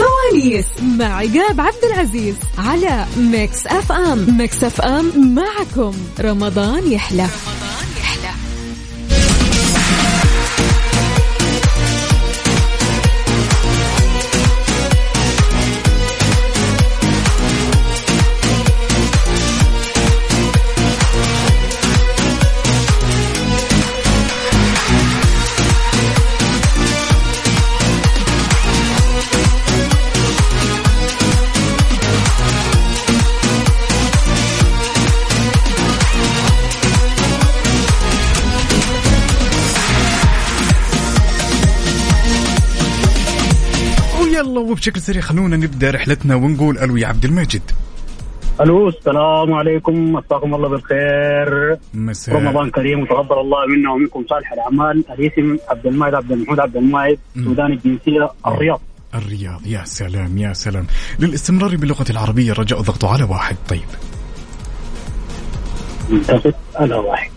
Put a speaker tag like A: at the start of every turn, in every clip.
A: الخميس مع عقاب عبد العزيز على ميكس اف ام ميكس اف ام معكم رمضان يحلى
B: ويلا وبشكل سريع خلونا نبدا رحلتنا ونقول الو يا عبد المجيد
C: الو السلام عليكم مساكم الله بالخير
B: مساء
C: رمضان كريم وتقبل الله منا ومنكم صالح الاعمال الاسم عبد المايد عبد المحمود عبد المايد سوداني الجنسيه الرياض
B: الرياض يا سلام يا سلام للاستمرار باللغه العربيه الرجاء ضغطوا على واحد طيب
C: منتخب انا واحد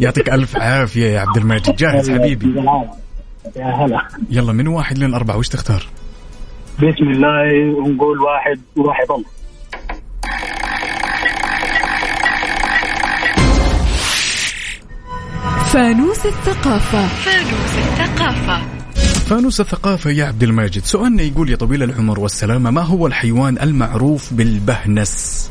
B: يعطيك الف عافيه يا عبد المجيد جاهز حبيبي
C: يا هلا
B: يلا من واحد لين اربعه وش تختار؟
C: بسم الله ونقول واحد وواحد الله
A: فانوس الثقافة
B: فانوس الثقافة يا عبد الماجد سؤالنا يقول يا طويل العمر والسلامة ما هو الحيوان المعروف بالبهنس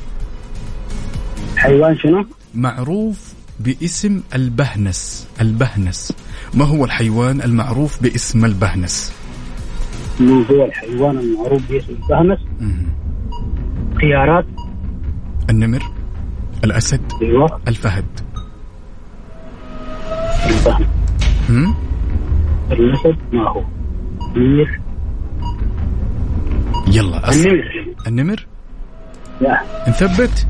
C: حيوان شنو؟
B: معروف باسم البهنس البهنس ما هو الحيوان المعروف باسم البهنس
C: من هو الحيوان المعروف باسم البهمس
B: مهم.
C: خيارات
B: النمر الأسد
C: ايوه
B: الفهد
C: البهمس
B: هم؟
C: الاسد ما هو؟ نمر
B: يلا أسد.
C: النمر
B: النمر
C: لا
B: نثبت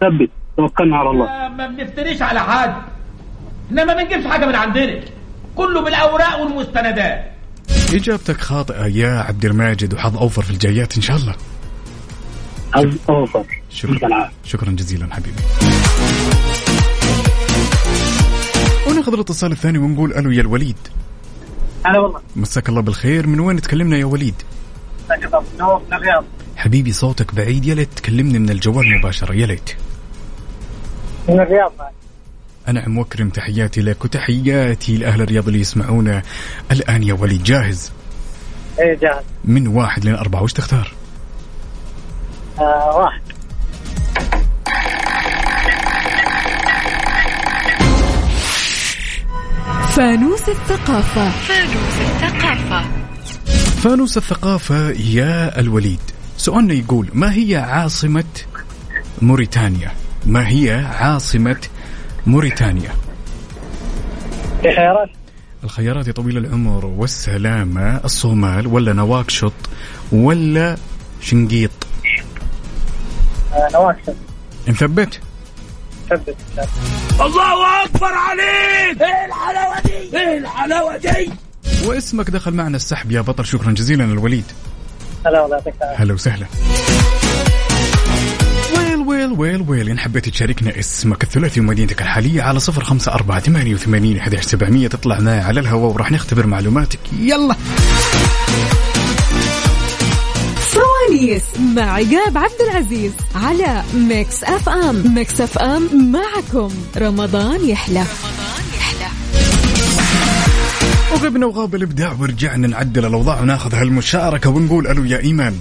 C: ثبت توكلنا على الله
D: ما بنفتريش على حد احنا ما بنجيبش حاجه من عندنا كله بالاوراق والمستندات
B: إجابتك خاطئة يا عبد الماجد وحظ أوفر في الجايات إن شاء الله
C: حظ اوفر يعطيك
B: شكرا
C: العافية.
B: شكرا جزيلا حبيبي وناخذ الاتصال الثاني ونقول الو يا الوليد
C: هلا والله
B: مساك الله بالخير من وين تكلمنا يا وليد
C: مساك الله بالنور من الرياض
B: حبيبي صوتك بعيد يا ليت تكلمني من الجوال مباشرة يا ليت
C: من الرياض
B: أنا عم وكرم تحياتي لك وتحياتي لأهل الرياض اللي يسمعونا الآن يا وليد جاهز
C: ايه جاهز
B: من واحد لين أربعة وش تختار
C: آه واحد
A: فانوس الثقافة
B: فانوس الثقافة يا الوليد سؤالنا يقول ما هي عاصمة موريتانيا ما هي عاصمة موريتانيا
C: في خيارات
B: الخيارات يا طويل العمر والسلامة الصومال ولا نواكشط ولا شنقيط
C: آه نواكشن
B: نثبت
C: ثبت
B: واسمك دخل معنا السحب يا بطل شكرا جزيلا الوليد
C: هلا والله يعطيك العافية.
B: هلا وسهلا ويل ويل ويل ويل إن حبيت تشاركنا اسمك الثلاثي ومدينتك الحالية على صفر خمسة أربعة ثمانية وثمانين أحد سبعمية تطلع معي على الهواء وراح نختبر معلوماتك يلا
A: فوانيس مع عقاب عبد العزيز على ميكس اف ام ميكس اف ام معكم رمضان يحلى
B: وغبنا وغاب الإبداع ورجعنا نعدل الأوضاع وناخذ هالمشاركة ونقول ألو يا إيمان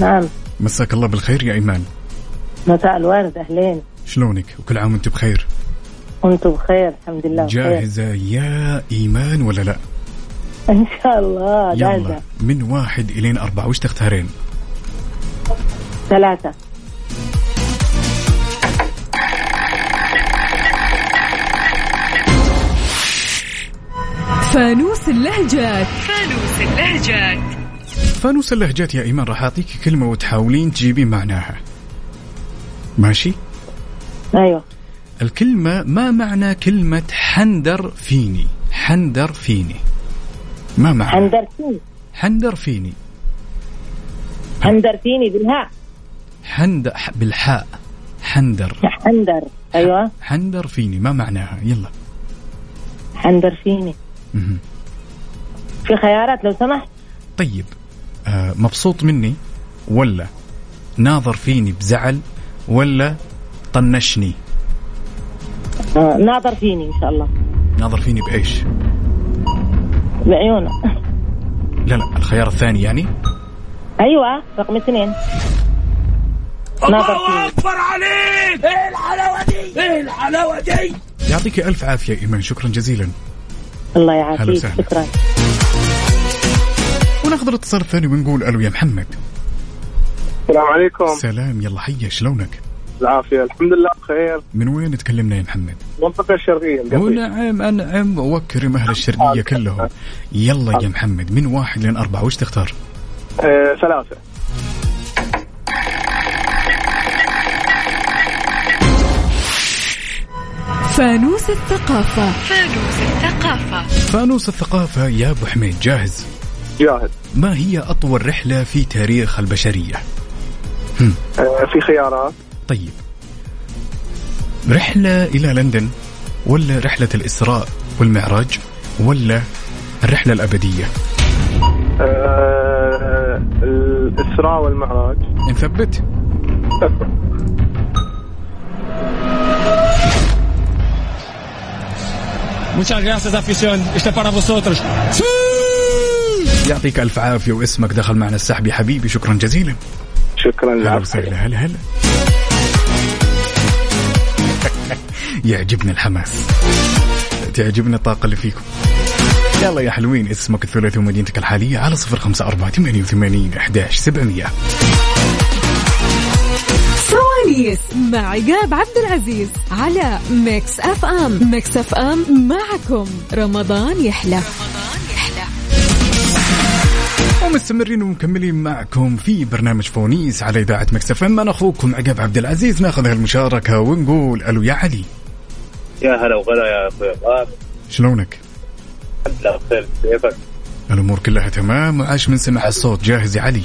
E: نعم
B: مساك الله بالخير يا إيمان
E: مساء الورد اهلين
B: شلونك وكل عام وانت بخير
E: وانتم بخير الحمد لله بخير.
B: جاهزة يا إيمان ولا لا
E: ان شاء الله
B: يلا
E: جاهزه
B: من واحد إلين أربعة وش تختارين
E: ثلاثه
A: فانوس اللهجات
B: فانوس اللهجات يا إيمان راح أعطيك كلمة وتحاولين تجيبين معناها ماشي
E: ايوه
B: الكلمة ما معنى كلمة حندر فيني حندر فيني ما معنى
E: هندرتيني
B: حندر فيني
E: هندرتيني بالهاء
B: حند ح- بالحاء حندر
E: هندر ايوه
B: حندر فيني ما معناها يلا
E: هندرتيني
B: مهم.
E: في خيارات لو سمحت
B: طيب آه مبسوط مني ولا ناظر فيني بزعل ولا طنشني
E: آه، ناظر فيني ان شاء الله
B: ناظر فيني بايش
E: بعيونه
B: لا لا الخيار الثاني يعني
E: ايوه رقم اثنين ناظر فيني
D: إيه
B: يعطيك الف عافيه ايمان شكرا جزيلا
E: الله
B: هلا
E: يعافيك
B: وسهلا.
E: شكرا
B: وناخذ الاتصال الثاني ونقول الو يا محمد
F: السلام عليكم
B: سلام يلا حيا شلونك
F: العافية الحمد لله بخير
B: من وين تكلمنا يا محمد نعم،
F: المنطقة الشرقية القصير
B: ونعم انعم وكرم اهل الشرقيه كلهم يلا يا محمد من واحد لين اربعه وش تختار
F: آه، ثلاثة
A: فانوس الثقافة
B: فانوس الثقافه يا ابو حميد جاهز
F: جاهد
B: ما هي اطول رحله في تاريخ البشريه
F: آه، في خيارات
B: طيب رحله الى لندن ولا رحله الاسراء والمعراج ولا الرحله الابديه
F: آه، الإسراء والمعراج
B: نثبت
G: Muchas gracias, afición. Este para vosotros.
B: يعطيك الف عافيه واسمك دخل معنا السحب يا حبيبي شكرا جزيلا
F: شكرا
B: هلا
F: لك
B: وسهلا هلا هلا يعجبني الحماس تعجبني الطاقة اللي فيكم يلا يا حلوين اسمك الثلاثي ومدينتك الحالية على صفر خمسة أربعة ثمانية وثمانين أحداش سبعمية
A: فرونيس مع عقاب عبد العزيز على ميكس اف ام ميكس اف ام معكم رمضان يحلى
B: ومستمرين ومكملين معكم في برنامج فونيس على إذاعة مكسف أم أنا أخوكم عقاب عبد العزيز ناخذ هالمشاركة ونقول ألو يا علي
H: يا هلا وغلا يا اخوي عقاب
B: شلونك؟
H: الحمد لله بخير كيفك
B: الأمور كلها تمام وعاش من سمع الصوت جاهز يا علي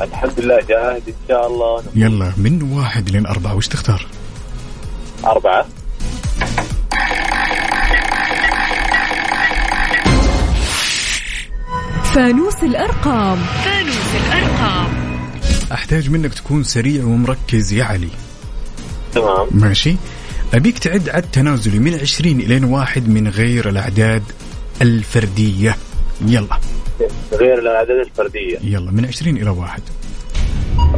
H: الحمد لله جاهز ان شاء الله
B: يلا من واحد لين أربعة وش تختار؟
H: اربعه
A: فانوس الارقام
B: احتاج منك تكون سريع ومركز يا علي
H: تمام
B: ماشي ابيك تعد عد تنازلي من 20 الى واحد من غير الاعداد الفرديه يلا
H: غير الاعداد الفرديه
B: يلا من 20 الى واحد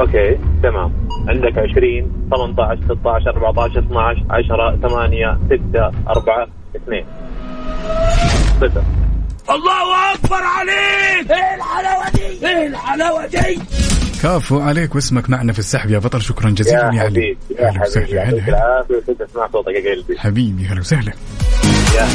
H: اوكي تمام عندك 20 18 16 14 12 10 8 6 4 2 صفر
B: كافو عليك واسمك معنا في السحب يا بطل شكرا
H: يا
B: جزيلا يا علي
H: حبيبي يا
B: أهلا
H: حبيبي
B: وسهلا هلا
H: يعطيك
B: هلا
H: العافيه وكنت اسمع صوتك يا قلبي
B: حبيبي هلا وسهلا
H: يا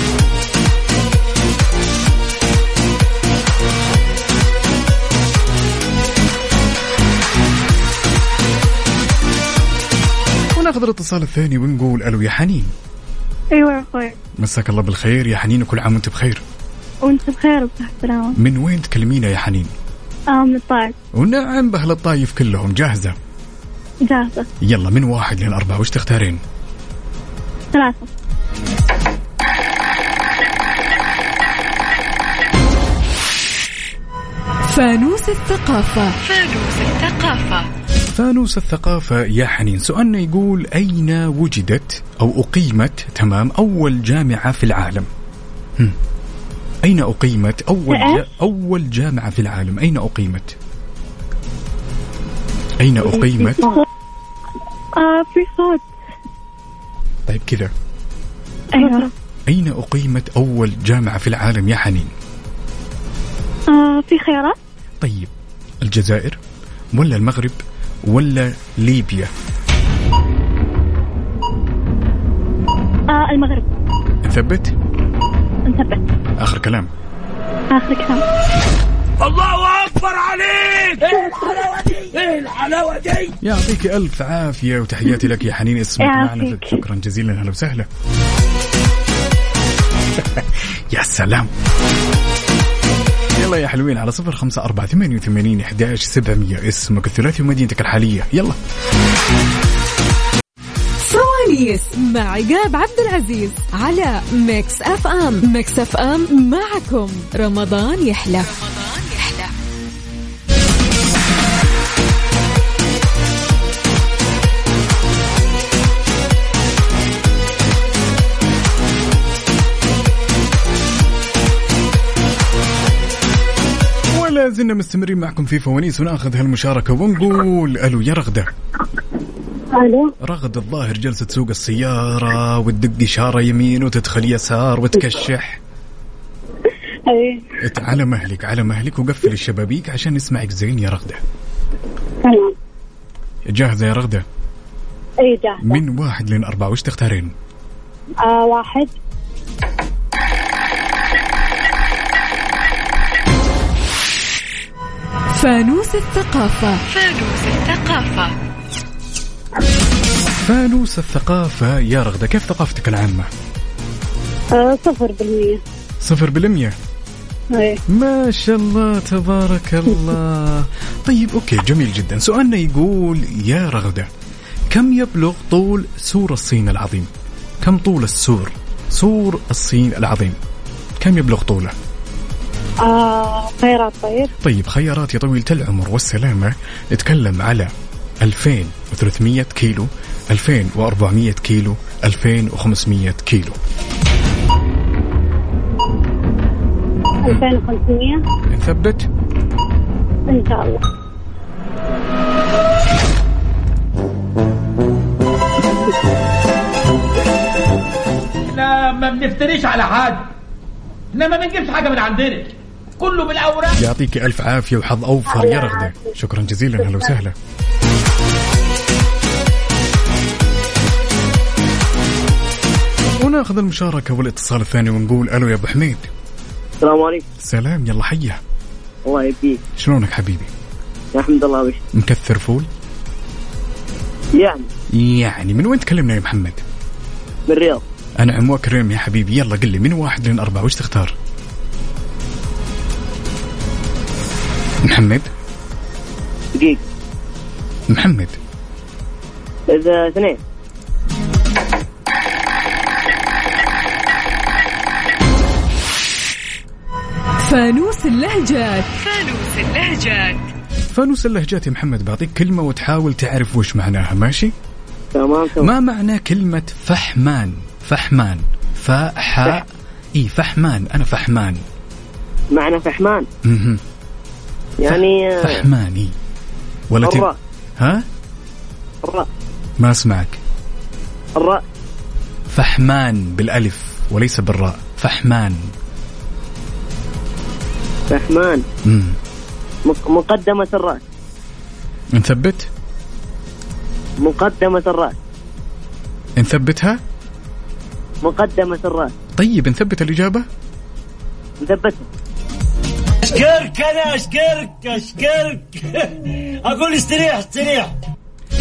B: وناخذ الاتصال الثاني ونقول الو يا حنين
E: أيوة
I: ايوه يا اخوي
B: مساك الله بالخير يا حنين وكل عام وانت بخير
I: وانت بخير وبصحة وسلامة
B: من وين تكلمينا يا حنين
I: اه
E: آه،
I: من الطائف
B: ونعم باهل الطايف كلهم جاهزه
I: جاهزة
B: يلا من واحد لين اربعه وش تختارين
I: ثلاثة
A: فانوس الثقافة
B: فانوس الثقافة يا حنين سؤالنا يقول أين وجدت أو أقيمت تمام أول جامعة في العالم هم. أين أقيمت أول جا...
I: إيش؟
B: أول جامعة في العالم أين أقيمت أين أقيمت
E: آه،
I: اه في صوت
B: طيب كذا
E: أيوة.
I: ايوه
B: أين أقيمت أول جامعة في العالم يا حنين
I: اه
E: آه،
I: في خيارات
B: طيب الجزائر ولا المغرب ولا ليبيا
E: آه،
I: اه المغرب
B: نثبت
I: نثبت
B: آخر كلام
I: اخر كلام
B: يعطيك ألف عافية وتحياتي لك يا حنين اسمك معنا
I: يعافيك.
B: شكرا جزيلا أهلا وسهلا يا سلام يلا يا حلوين على صفر خمسة أربعة ثمانية وثمانين إحداش سبعمية اسمك الثلاثي ومدينتك الحالية يلا
A: فرونيس مع عقاب عبد العزيز على ميكس اف ام ميكس اف ام معكم رمضان يحلى
B: لا زلنا مستمرين معكم في فوانيس وناخذ هالمشاركة ونقول ألو يا رغدة
E: الو
B: رغدة الظاهر جلسة تسوق السيارة وتدق إشارة يمين وتدخل يسار وتكشح
E: ايه
B: ات- على مهلك على مهلك وقفل الشبابيك عشان نسمعك زين يا رغدة
E: تمام
B: جاهزة يا رغدة
E: ايه جاهزه
B: من واحد لين أربعة وش تختارين
E: آه واحد
A: فانوس الثقافة
B: فانوس الثقافة يا رغدة كيف ثقافتك العامة
E: آه صفر بالمية
B: صفر بالمية
E: ايه
B: ما شاء الله تبارك الله طيب أوكي جميل جدا سؤالنا يقول يا رغدة كم يبلغ طول سور الصين العظيم كم طول السور سور الصين العظيم كم يبلغ طوله
E: آه خيرات طيب
B: طيب خيارات يا طويلة العمر والسلامة نتكلم على 2300 كيلو 2400 كيلو 2500 كيلو
E: 2500
B: نثبت
E: ان شاء الله
D: احنا ما بنفتريش على حد احنا ما بنجيبش حاجه من عندنا كله بالاوراق
B: يعطيك ألف عافية وحظ أوفر يا رغدة شكرا جزيلا أهلا وسهلا وناخذ المشاركة والاتصال الثاني ونقول ألو يا أبو حميد
E: السلام عليكم
B: سلام يلا حيا
E: الله يبقيك
B: شلونك حبيبي
E: الحمد لله وش
B: مكثر فول
E: يعني
B: يعني من وين تكلمنا يا محمد
E: بالرياض
B: أنا عم كريم يا حبيبي يلا قل لي من واحد لين أربعة وش تختار محمد
E: دقيقة
B: محمد
E: اذا اثنين
A: فانوس اللهجات
B: فانوس اللهجات يا محمد بعطيك كلمة وتحاول تعرف وش معناها ماشي
E: تمام تمام
B: ما معنى كلمة فحمان فحمان فحاء اي فحمان انا فحمان
E: معنا فحمان
B: مهم.
E: يعني آه،
B: فحماني ولا تب-
E: الراء.
B: ها
E: الراء
B: ما اسمعك
E: الراء
B: فحمان بالالف وليس بالراء فحمان
E: فحمان
B: مم.
E: مق- مقدمة الرأس
B: نثبت
E: مقدمة الرأس
B: نثبتها
E: مقدمة الرأس
B: طيب نثبت الاجابه
E: مثبتها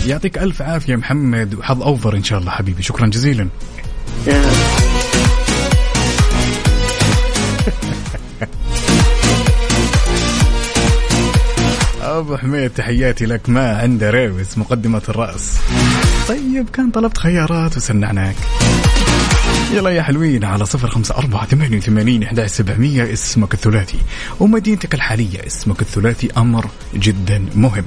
B: يعطيك الف عافيه يا محمد وحظ اوفر ان شاء الله حبيبي شكرا جزيلا
E: آه،
B: ابو حميد تحياتي لك ما عنده ريوس مقدمه الراس طيب كان طلبت خيارات وسنعناك يلا يا حلوين على صفر خمسة أربعة ثمانية وثمانين أحد سبعمية اسمك الثلاثي ومدينتك الحالية اسمك الثلاثي أمر جدا مهم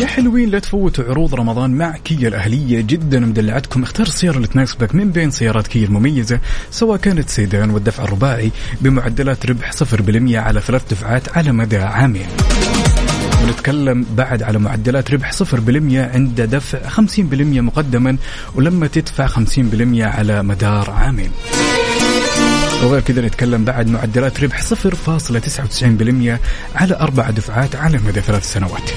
B: يا حلوين لا تفوتوا عروض رمضان مع كيا الأهلية جدا مدلعتكم اختار السيارة اللي تناسبك من بين سيارات كيا المميزة سواء كانت سيدان والدفع الرباعي بمعدلات ربح 0% على ثلاث دفعات على مدى عامين ونتكلم بعد على معدلات ربح 0% عند دفع 50% مقدما ولما تدفع 50% على مدار عامين وغير كذا نتكلم بعد معدلات ربح 0.99% على أربع دفعات على مدى ثلاث سنوات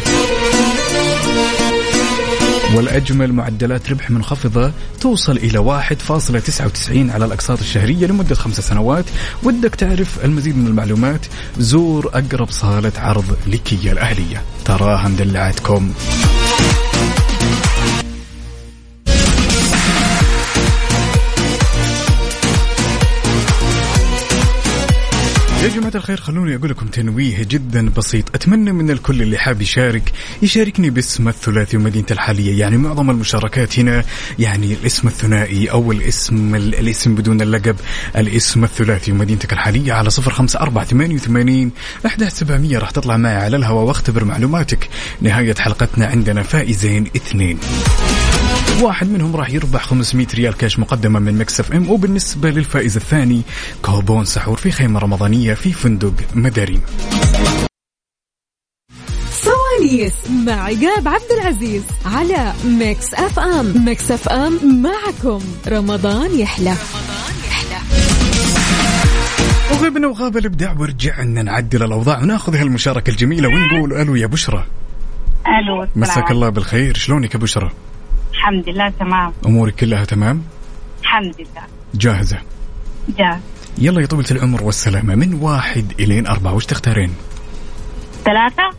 B: والأجمل معدلات ربح منخفضة توصل إلى 1.99 على الأقساط الشهرية لمدة خمسة سنوات ودك تعرف المزيد من المعلومات زور أقرب صالة عرض لكيا الأهلية تراها مدلعتكم يا جماعة الخير خلوني أقول لكم تنويه جدا بسيط أتمنى من الكل اللي حاب يشارك يشاركني باسم الثلاثي ومدينته الحالية يعني معظم المشاركات هنا يعني الاسم الثنائي أو الاسم الاسم بدون اللقب الاسم الثلاثي ومدينتك الحالية على صفر خمسة أربعة ثمانية وثمانين أحد سبعمية راح تطلع معي على الهواء واختبر معلوماتك نهاية حلقتنا عندنا فائزين اثنين واحد منهم راح يربح 500 ريال كاش مقدمة من مكس اف ام وبالنسبة للفائز الثاني كوبون سحور في خيمة رمضانية في فندق مداريم
A: فرونيس مع عقاب عبد العزيز على ميكس اف ام ميكس اف ام معكم رمضان يحلى
B: وغبنا وغاب الابداع ورجعنا نعدل الاوضاع وناخذ هالمشاركة الجميلة ونقول الو يا بشرى
E: الو السلام
B: مساك
E: عليكم.
B: الله بالخير شلونك يا بشرى
E: الحمد لله تمام
B: امورك كلها تمام
E: الحمد لله
B: جاهزة
E: جاهز
B: يلا يا طويلة العمر والسلامة من واحد إلين أربعة وش تختارين
E: ثلاثة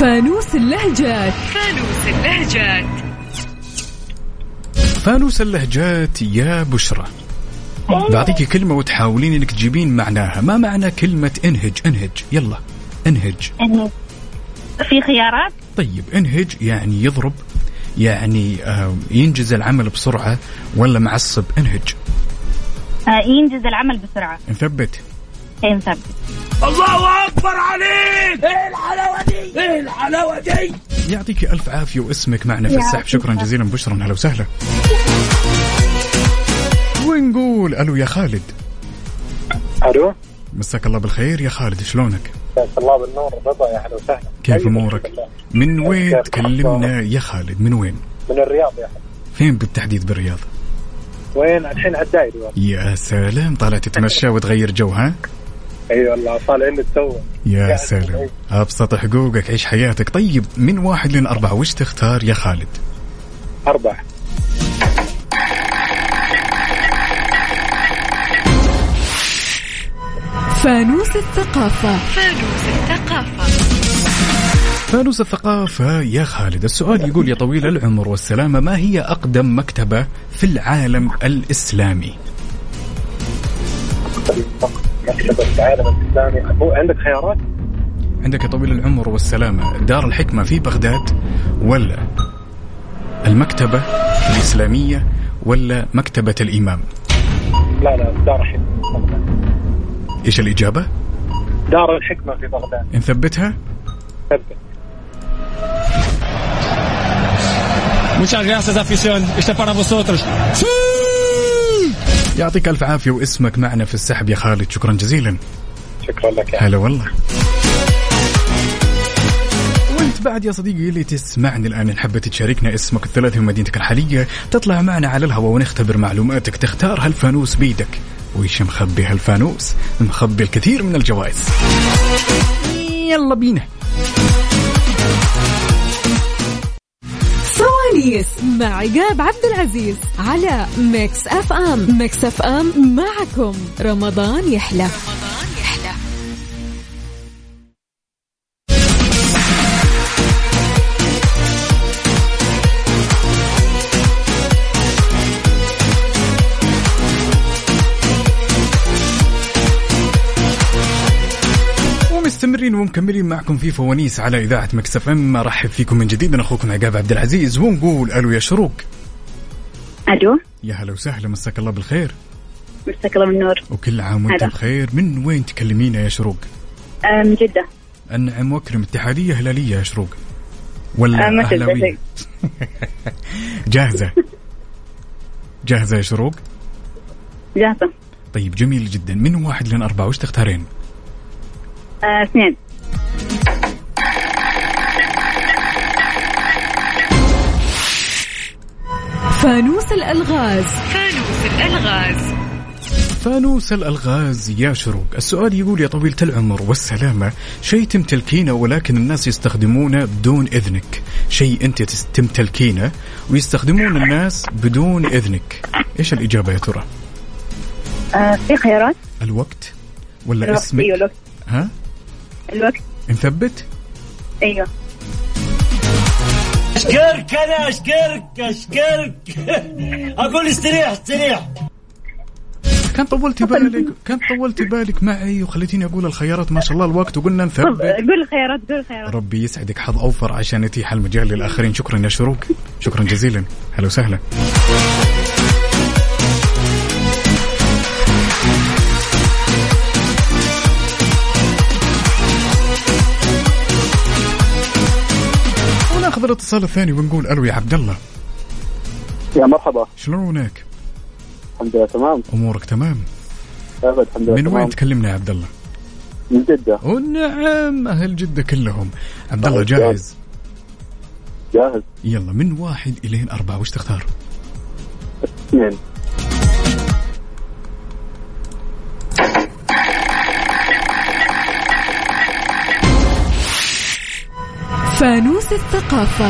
A: فانوس اللهجات
B: فانوس اللهجات يا بشرى بعطيكي كلمة وتحاولين انك تجيبين معناها، ما معنى كلمة انهج؟ انهج، يلا انهج،
E: إنه في خيارات
B: طيب انهج يعني يضرب يعني آه، ينجز العمل بسرعة ولا معصب انهج،
E: آه، ينجز العمل بسرعة
B: نثبت
E: ينثبت
B: يعطيك ألف عافية واسمك معنا في السحب، شكرا جزيلا بشرى هلا وسهلا. ونقول الو يا خالد،
F: الو
B: مساك الله بالخير يا خالد شلونك؟
F: مساك الله بالنور رضا يا أيوة. اهلا وسهلا
B: كيف امورك؟ من وين تكلمنا يا خالد؟ من وين؟
F: من الرياض يا احمد
B: فين بالتحديد بالرياض؟
F: وين الحين على الدائري والله
B: يا سلام طالع تتمشى وتغير جو ها
F: اي أيوة والله طالعين تو
B: يا
F: قاعد
B: سلام
F: بالعيد.
B: ابسط حقوقك عيش حياتك طيب من واحد لين أربعة وش تختار يا خالد
F: اربع
A: فانوس الثقافة
B: فانوس الثقافة يا خالد السؤال يقول يا طويل العمر والسلامة ما هي أقدم مكتبة في العالم الإسلامي
F: مكتبة العالم الاسلامي هو عندك خيارات؟
B: عندك يا طويل العمر والسلامة دار الحكمة في بغداد ولا المكتبة الإسلامية ولا مكتبة الإمام
F: لا لا دار الحكمة في بغداد.
B: إيش الإجابة
F: دار الحكمة في بغداد
B: نثبتها
F: ثبت
G: Muchas gracias, afición. Este para vosotros.
B: يعطيك ألف عافية واسمك معنا في السحب يا خالد شكرا جزيلا
F: شكرا لك يا
B: هلا والله وانت بعد يا صديقي اللي تسمعني الان ان حبيت تشاركنا اسمك الثلاثي ومدينتك الحاليه تطلع معنا على الهواء ونختبر معلوماتك تختار هالفانوس بيدك وش مخبي هالفانوس مخبي الكثير من الجوائز يلا بينا
A: فرونيس مع عقاب عبد العزيز على ميكس اف ام ميكس اف ام معكم رمضان يحلى
B: ومستمرين ومكملين معكم في فوانيس على اذاعه مكسف ام ارحب فيكم من جديد انا اخوكم عقاب عبد العزيز ونقول الو يا شروق
E: الو
B: يا هلا وسهلا مساك الله بالخير
E: مساك الله بالنور
B: وكل عام وانت
E: هلا.
B: بخير من وين تكلمينا يا شروق
E: آه، من جدة
B: انعم واكرم اتحاديه هلاليه يا شروق ولا
E: آه، ما تبدأ
B: اهلاويه
E: شيء.
B: جاهزه جاهزه يا شروق
E: جاهزة
B: طيب جميل جدا من واحد لين أربعة وش تختارين
E: آه، اثنين
A: فانوس الالغاز
B: فانوس الألغاز يا شروق السؤال يقول يا طويلة العمر والسلامة شيء تمتلكينه ولكن الناس يستخدمونه بدون إذنك شيء أنت تس- تمتلكينه ويستخدمون الناس بدون إذنك إيش الإجابة يا ترى
E: آه، في خيارات
B: الوقت ولا
E: الوقت
B: اسمك
E: ايوه الوقت
B: ها
E: الوقت
B: نثبت
E: ايوه
J: اشكرك انا اشكرك اشكرك اقول استريح استريح
B: كان طولتي بالك كان طولتي بالك معي وخليتيني اقول الخيارات ما شاء الله الوقت وقلنا نثبت
I: قول الخيارات قول الخيارات
B: ربي يسعدك حظ اوفر عشان يتيح المجال للاخرين شكرا يا شروق شكرا جزيلا هلا وسهلا وناخذ الاتصال الثاني ونقول الو يا عبد الله
F: يا مرحبا
B: شلونك؟
F: الحمد لله تمام
B: امورك تمام؟
F: ابد الحمد لله
B: من
F: تمام
B: وين تكلمنا يا عبد الله؟
F: من جدة
B: ونعم اهل جده نعم، كلهم عبد الله
F: طيب،
B: جاهز
F: جاهز
B: يلا من واحد الين اربعه وش تختار؟
F: اثنين
A: فانوس الثقافة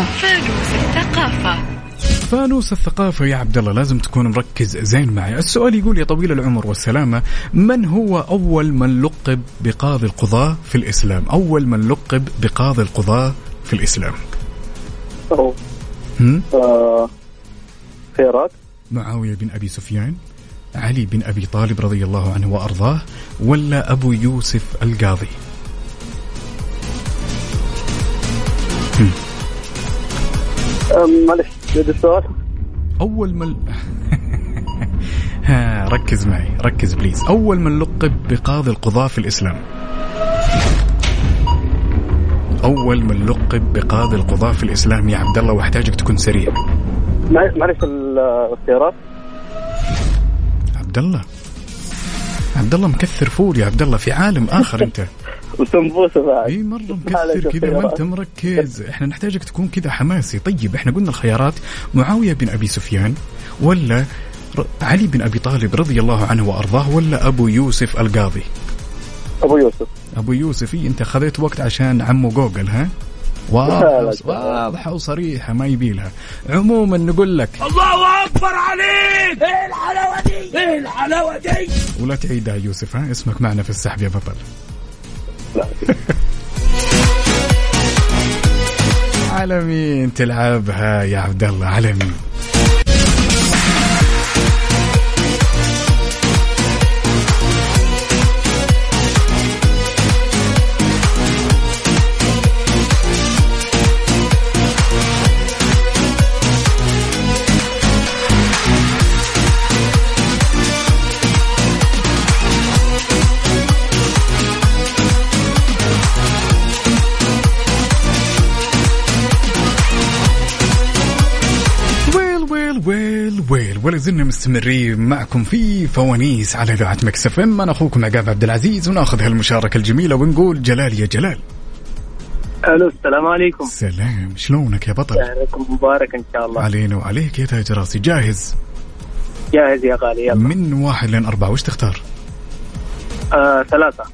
B: فانوس الثقافة يا عبد الله لازم تكون مركز زين معي، السؤال يقول يا طويل العمر والسلامة من هو أول من لقب بقاضي القضاة في الإسلام؟ أول من لقب بقاضي القضاة في الإسلام؟
F: أو
B: هم؟
F: آه خيارات
B: معاوية بن أبي سفيان علي بن أبي طالب رضي الله عنه وأرضاه ولا أبو يوسف القاضي
F: آه، معلش جد السؤال
B: أول من ها ركز معي ركز بليز أول من لقب بقاضي القضاة في الإسلام أول من لقب بقاضي القضاة في الإسلام يا عبد الله واحتاجك تكون سريع
F: مع- معلش ال- آه، الخيارات
B: عبد الله عبد الله مكثر فول يا عبد الله في عالم آخر أنت
F: وسمبوسة بعد
B: اي مره
F: عليك
B: مكثر كذا ما انت
F: الخيارات.
B: مركز احنا نحتاجك تكون كذا حماسي طيب احنا قلنا الخيارات معاويه بن ابي سفيان ولا ر- علي بن ابي طالب رضي الله عنه وارضاه ولا ابو يوسف القاضي
F: أبو يوسف
B: ابو يوسف إيه، انت خذيت وقت عشان عمو جوجل ها
F: لا، لا،
B: واضحه
F: لا.
B: واضحه وصريحه ما يبيلها عموما نقول لك
D: الله اكبر عليك ايه الحلاوه دي ايه الحلاوه دي
B: ولا تعيدها يوسف ها اسمك معنا في السحب يا بطل على مين تلعبها يا عبد الله على مين ويل ويل ويل ويل ولا زلنا مستمرين معكم في فوانيس على اذاعه مكسف ام انا اخوكم عقاب عبد العزيز وناخذ هالمشاركه الجميله ونقول جلال يا جلال
C: الو السلام عليكم
B: سلام شلونك يا بطل
C: شهركم مبارك ان شاء الله
B: علينا وعليك يا تاج راسي جاهز
C: جاهز يا غالي يلا
B: من واحد لين اربعه وش تختار؟
C: آه ثلاثة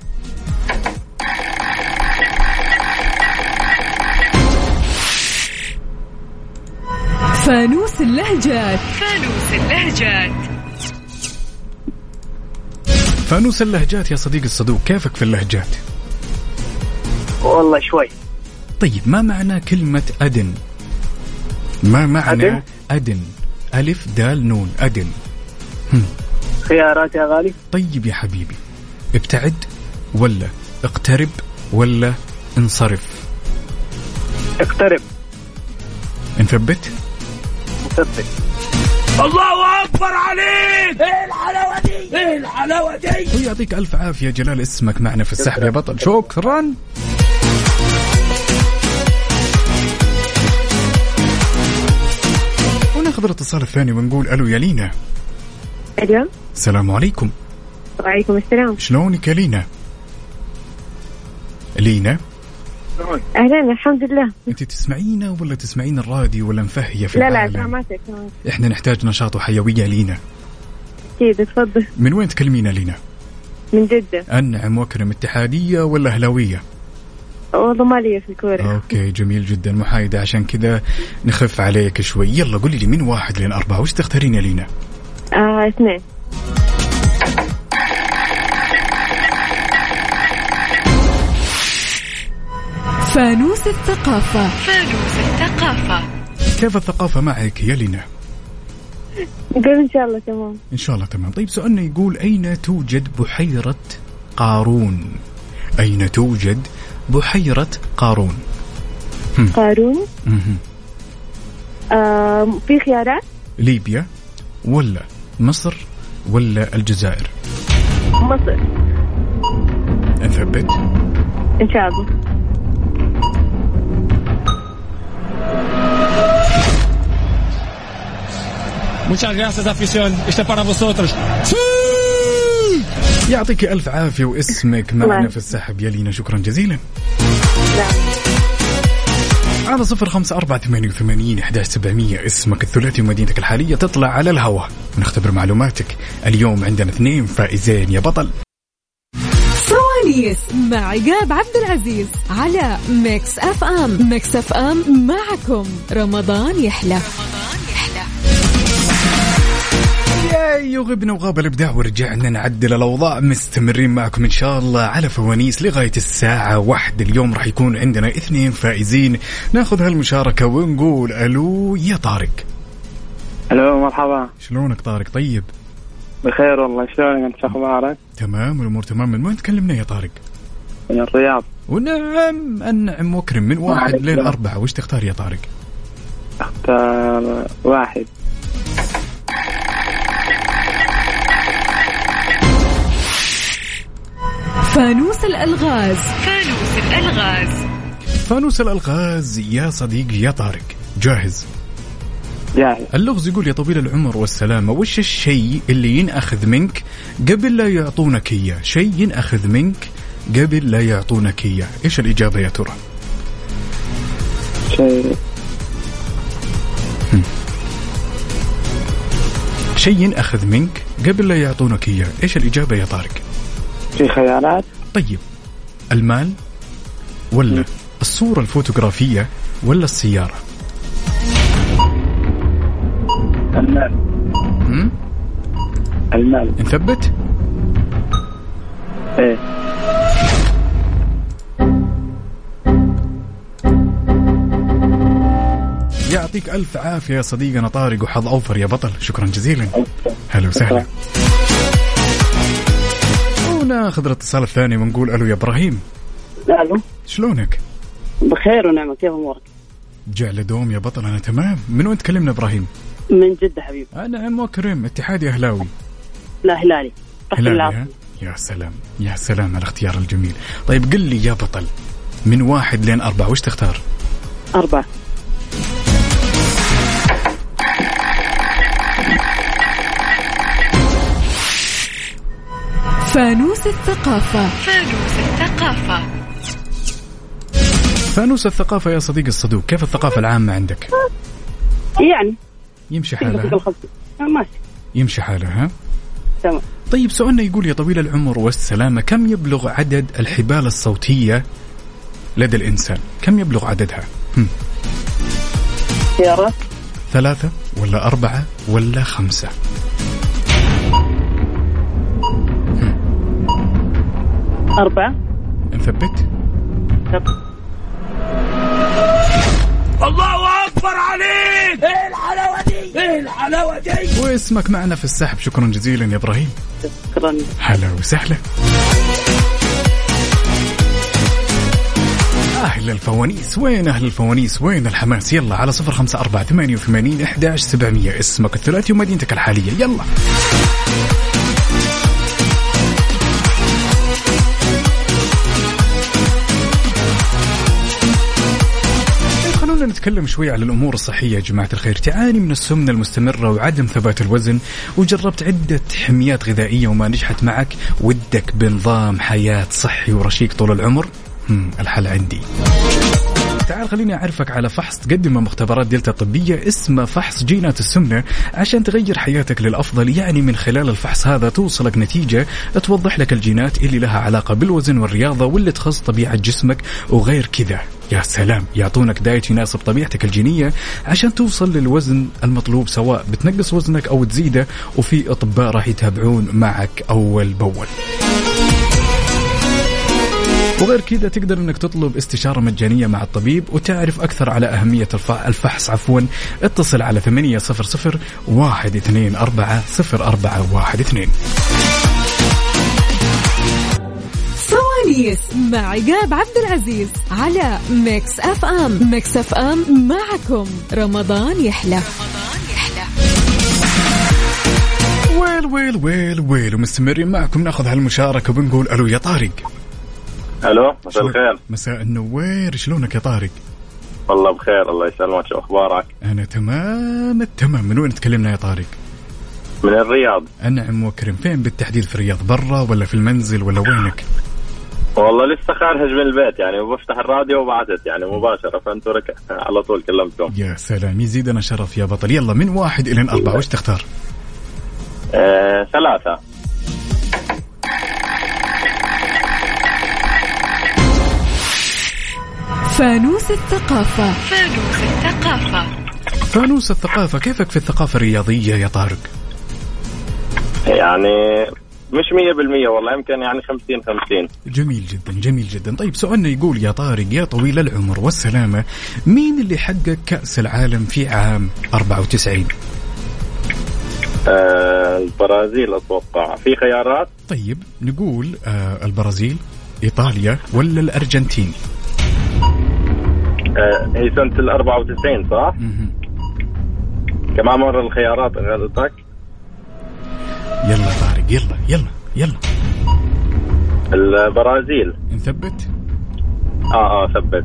A: فانوس اللهجات
B: فانوس اللهجات يا صديقي الصدوق كيفك في اللهجات؟
C: والله شوي
B: طيب ما معنى كلمة أدن؟ ما معنى
C: أدن؟
B: أدن؟ أدن ألف دال نون أدن
C: خيارات يا غالي
B: طيب يا حبيبي ابتعد ولا اقترب ولا انصرف
C: اقترب
B: نثبت
C: مثبت
D: الله اكبر عليك ايه الحلاوه دي ايه الحلاوه دي
B: ويعطيك ألف عافية جلال اسمك معنا في السحب يا بطل شكرا وناخذ الاتصال الثاني ونقول ألو يا لينا
E: الو
B: السلام عليكم
E: وعليكم السلام
B: شلونك يا لينا؟ لينا
E: اهلا الحمد لله
B: انت تسمعينا ولا تسمعين الراديو ولا مفهيه في
E: لا لا
B: العالم؟
E: سامعتك سامعتك.
B: احنا نحتاج نشاط وحيويه لينا
E: اكيد تفضل
B: من وين تكلمينا لينا
E: من جدة
B: انعم واكرم اتحاديه ولا اهلاويه
E: والله ما لي في الكورة
B: اوكي جميل جدا محايده عشان كذا نخف عليك شوي يلا قولي لي من واحد لين اربعه وش تختارين يا لينا
E: آه اثنين
A: فانوس الثقافة
K: فانوس الثقافة
B: كيف الثقافة معك يا لينا؟
L: قول إن شاء الله تمام
B: إن شاء الله تمام طيب سؤالنا يقول أين توجد بحيرة قارون؟ أين توجد بحيرة قارون؟ هم.
L: قارون
B: مهم.
L: آه في خيارات
B: ليبيا ولا مصر ولا الجزائر؟
L: مصر
B: نثبت
L: إن شاء الله
G: Muchas gracias, afición. Este para vosotros.
B: يعطيك ألف عافية واسمك معنا في السحب يا لينا شكرا جزيلا على صفر خمسة أربعة ثمانية وثمانين إحداش سبعمية اسمك الثلاثي ومدينتك الحالية تطلع على الهواء ونختبر معلوماتك اليوم عندنا اثنين فائزين يا بطل
A: فرونيس مع عقاب عبد العزيز على ميكس اف ام ميكس اف ام معكم رمضان يحلى
B: ياي وغبنا وغاب الابداع ورجعنا نعدل الاوضاع مستمرين معكم ان شاء الله على فوانيس لغايه الساعه واحد اليوم راح يكون عندنا اثنين فائزين ناخذ هالمشاركه ونقول الو يا طارق
M: الو مرحبا
B: شلونك طارق طيب
M: بخير والله شلونك انت شو اخبارك؟
B: تمام الامور تمام من وين تكلمنا يا طارق
M: من الرياض
B: ونعم النعم مكرم من واحد
M: معلش.
B: للأربعة وش تختار يا طارق
M: اختار واحد
A: فانوس الألغاز
K: فانوس الألغاز
B: فانوس الألغاز يا صديقي يا طارق جاهز
M: جاهز
B: اللغز يقول يا طويل العمر والسلامة وش الشيء اللي ينأخذ منك قبل لا يعطونك إياه شيء ينأخذ منك قبل لا يعطونك إياه إيش الإجابة يا ترى
M: شيء
B: شيء ينأخذ منك قبل لا يعطونك إياه إيش الإجابة يا طارق
M: في خيارات
B: طيب المال ولا الصورة الفوتوغرافية ولا السيارة
M: المال
B: هم؟
M: المال
B: نثبت
F: إيه.
M: ايه
B: يعطيك ألف عافية يا صديقنا طارق وحظ أوفر يا بطل شكرا جزيلا هلا وسهلا وناخذ الاتصال الثاني ونقول ألو يا إبراهيم
E: الو
B: شلونك
E: بخير ونعمه كيف امورك؟
B: جعل دوم يا بطل أنا تمام من وين تكلمنا إبراهيم
E: من جده حبيبي
B: أنا أم كريم اتحادي أهلاوي
E: لا هلالي تحت
B: هلالي،
E: العاصمه
B: ها؟ يا سلام يا سلام على الاختيار الجميل طيب قل لي يا بطل من واحد لين أربعة وش تختار
E: أربعة
A: فانوس الثقافة
K: فانوس الثقافة
B: فانوس الثقافة يا صديقي الصدوق كيف الثقافة العامة عندك
E: يعني
B: يمشي
E: تقدر
B: حالها
E: تقول خمسة آه، ماشي
B: يمشي حالها ها
E: تمام
B: طيب سؤالنا يقول يا طويل العمر والسلامة كم يبلغ عدد الحبال الصوتية لدى الإنسان كم يبلغ عددها هم.
E: خيارات
B: ثلاثة ولا أربعة ولا خمسة
E: أربعة
B: نثبت
D: الله اكبر عليك ايه الحلاوه دي ايه الحلاوه دي
B: واسمك معنا في السحب شكرا جزيلا يا إبراهيم
E: شكرا
B: هلا وسهلا أهل الفوانيس وين أهل الفوانيس وين الحماس يلا على صفر خمسة أربعة ثمانية وثمانين إحداش سبعمية اسمك الثلاثي ومدينتك الحالية يلا طيب خلونا نتكلم شوي على الامور الصحيه يا جماعه الخير تعاني من السمنه المستمره وعدم ثبات الوزن وجربت عده حميات غذائيه وما نجحت معك ودك بنظام حياه صحي ورشيق طول العمر هم، الحل عندي تعال خليني أعرفك على فحص تقدمه مختبرات دلتا الطبية اسمه فحص جينات السمنة عشان تغير حياتك للأفضل يعني من خلال الفحص هذا توصلك نتيجة توضح لك الجينات اللي لها علاقة بالوزن والرياضة واللي تخص طبيعة جسمك وغير كذا يا سلام يعطونك دايت يناسب طبيعتك الجينية عشان توصل للوزن المطلوب سواء بتنقص وزنك أو تزيده وفي أطباء راح يتابعون معك أول بأول وغير كذا تقدر انك تطلب استشاره مجانيه مع الطبيب وتعرف اكثر على اهميه الف- الفحص عفوا اتصل على 800 124 0412
A: فرونيس مع عقاب عبد العزيز على ميكس اف ام ميكس اف ام معكم رمضان يحلى
B: ويل ويل ويل ويل ومستمرين معكم ناخذ هالمشاركه وبنقول الو يا طارق
H: الو مساء الخير
B: مساء النوير شلونك يا طارق؟
H: والله بخير الله يسلمك شو اخبارك
B: انا تمام التمام من وين تكلمنا يا طارق؟
H: من الرياض
B: انعم وكرم فين بالتحديد في الرياض برا ولا في المنزل ولا وينك؟
H: والله لسه خارج من البيت يعني وبفتح الراديو وبعثت يعني مباشره فانتوا رك... على طول كلمتكم
B: يا سلام يزيدنا شرف يا بطل يلا من واحد الى اربعه وش تختار؟
H: آه، ثلاثه
A: فانوس الثقافة
K: فانوس الثقافة
B: فانوس الثقافه كيفك في الثقافه الرياضيه يا طارق؟
H: يعني مش 100% والله يمكن يعني 50 50
B: جميل جدا جميل جدا طيب سؤالنا يقول يا طارق يا طويل العمر والسلامه مين اللي حقق كاس العالم في عام 94
H: آه، البرازيل اتوقع في خيارات
B: طيب نقول آه البرازيل ايطاليا ولا الارجنتين
H: آه، هي سنه ال 94 صح؟ كمان مره الخيارات غلطك
B: يلا طارق يلا يلا يلا
H: البرازيل
B: نثبت
H: اه اه ثبت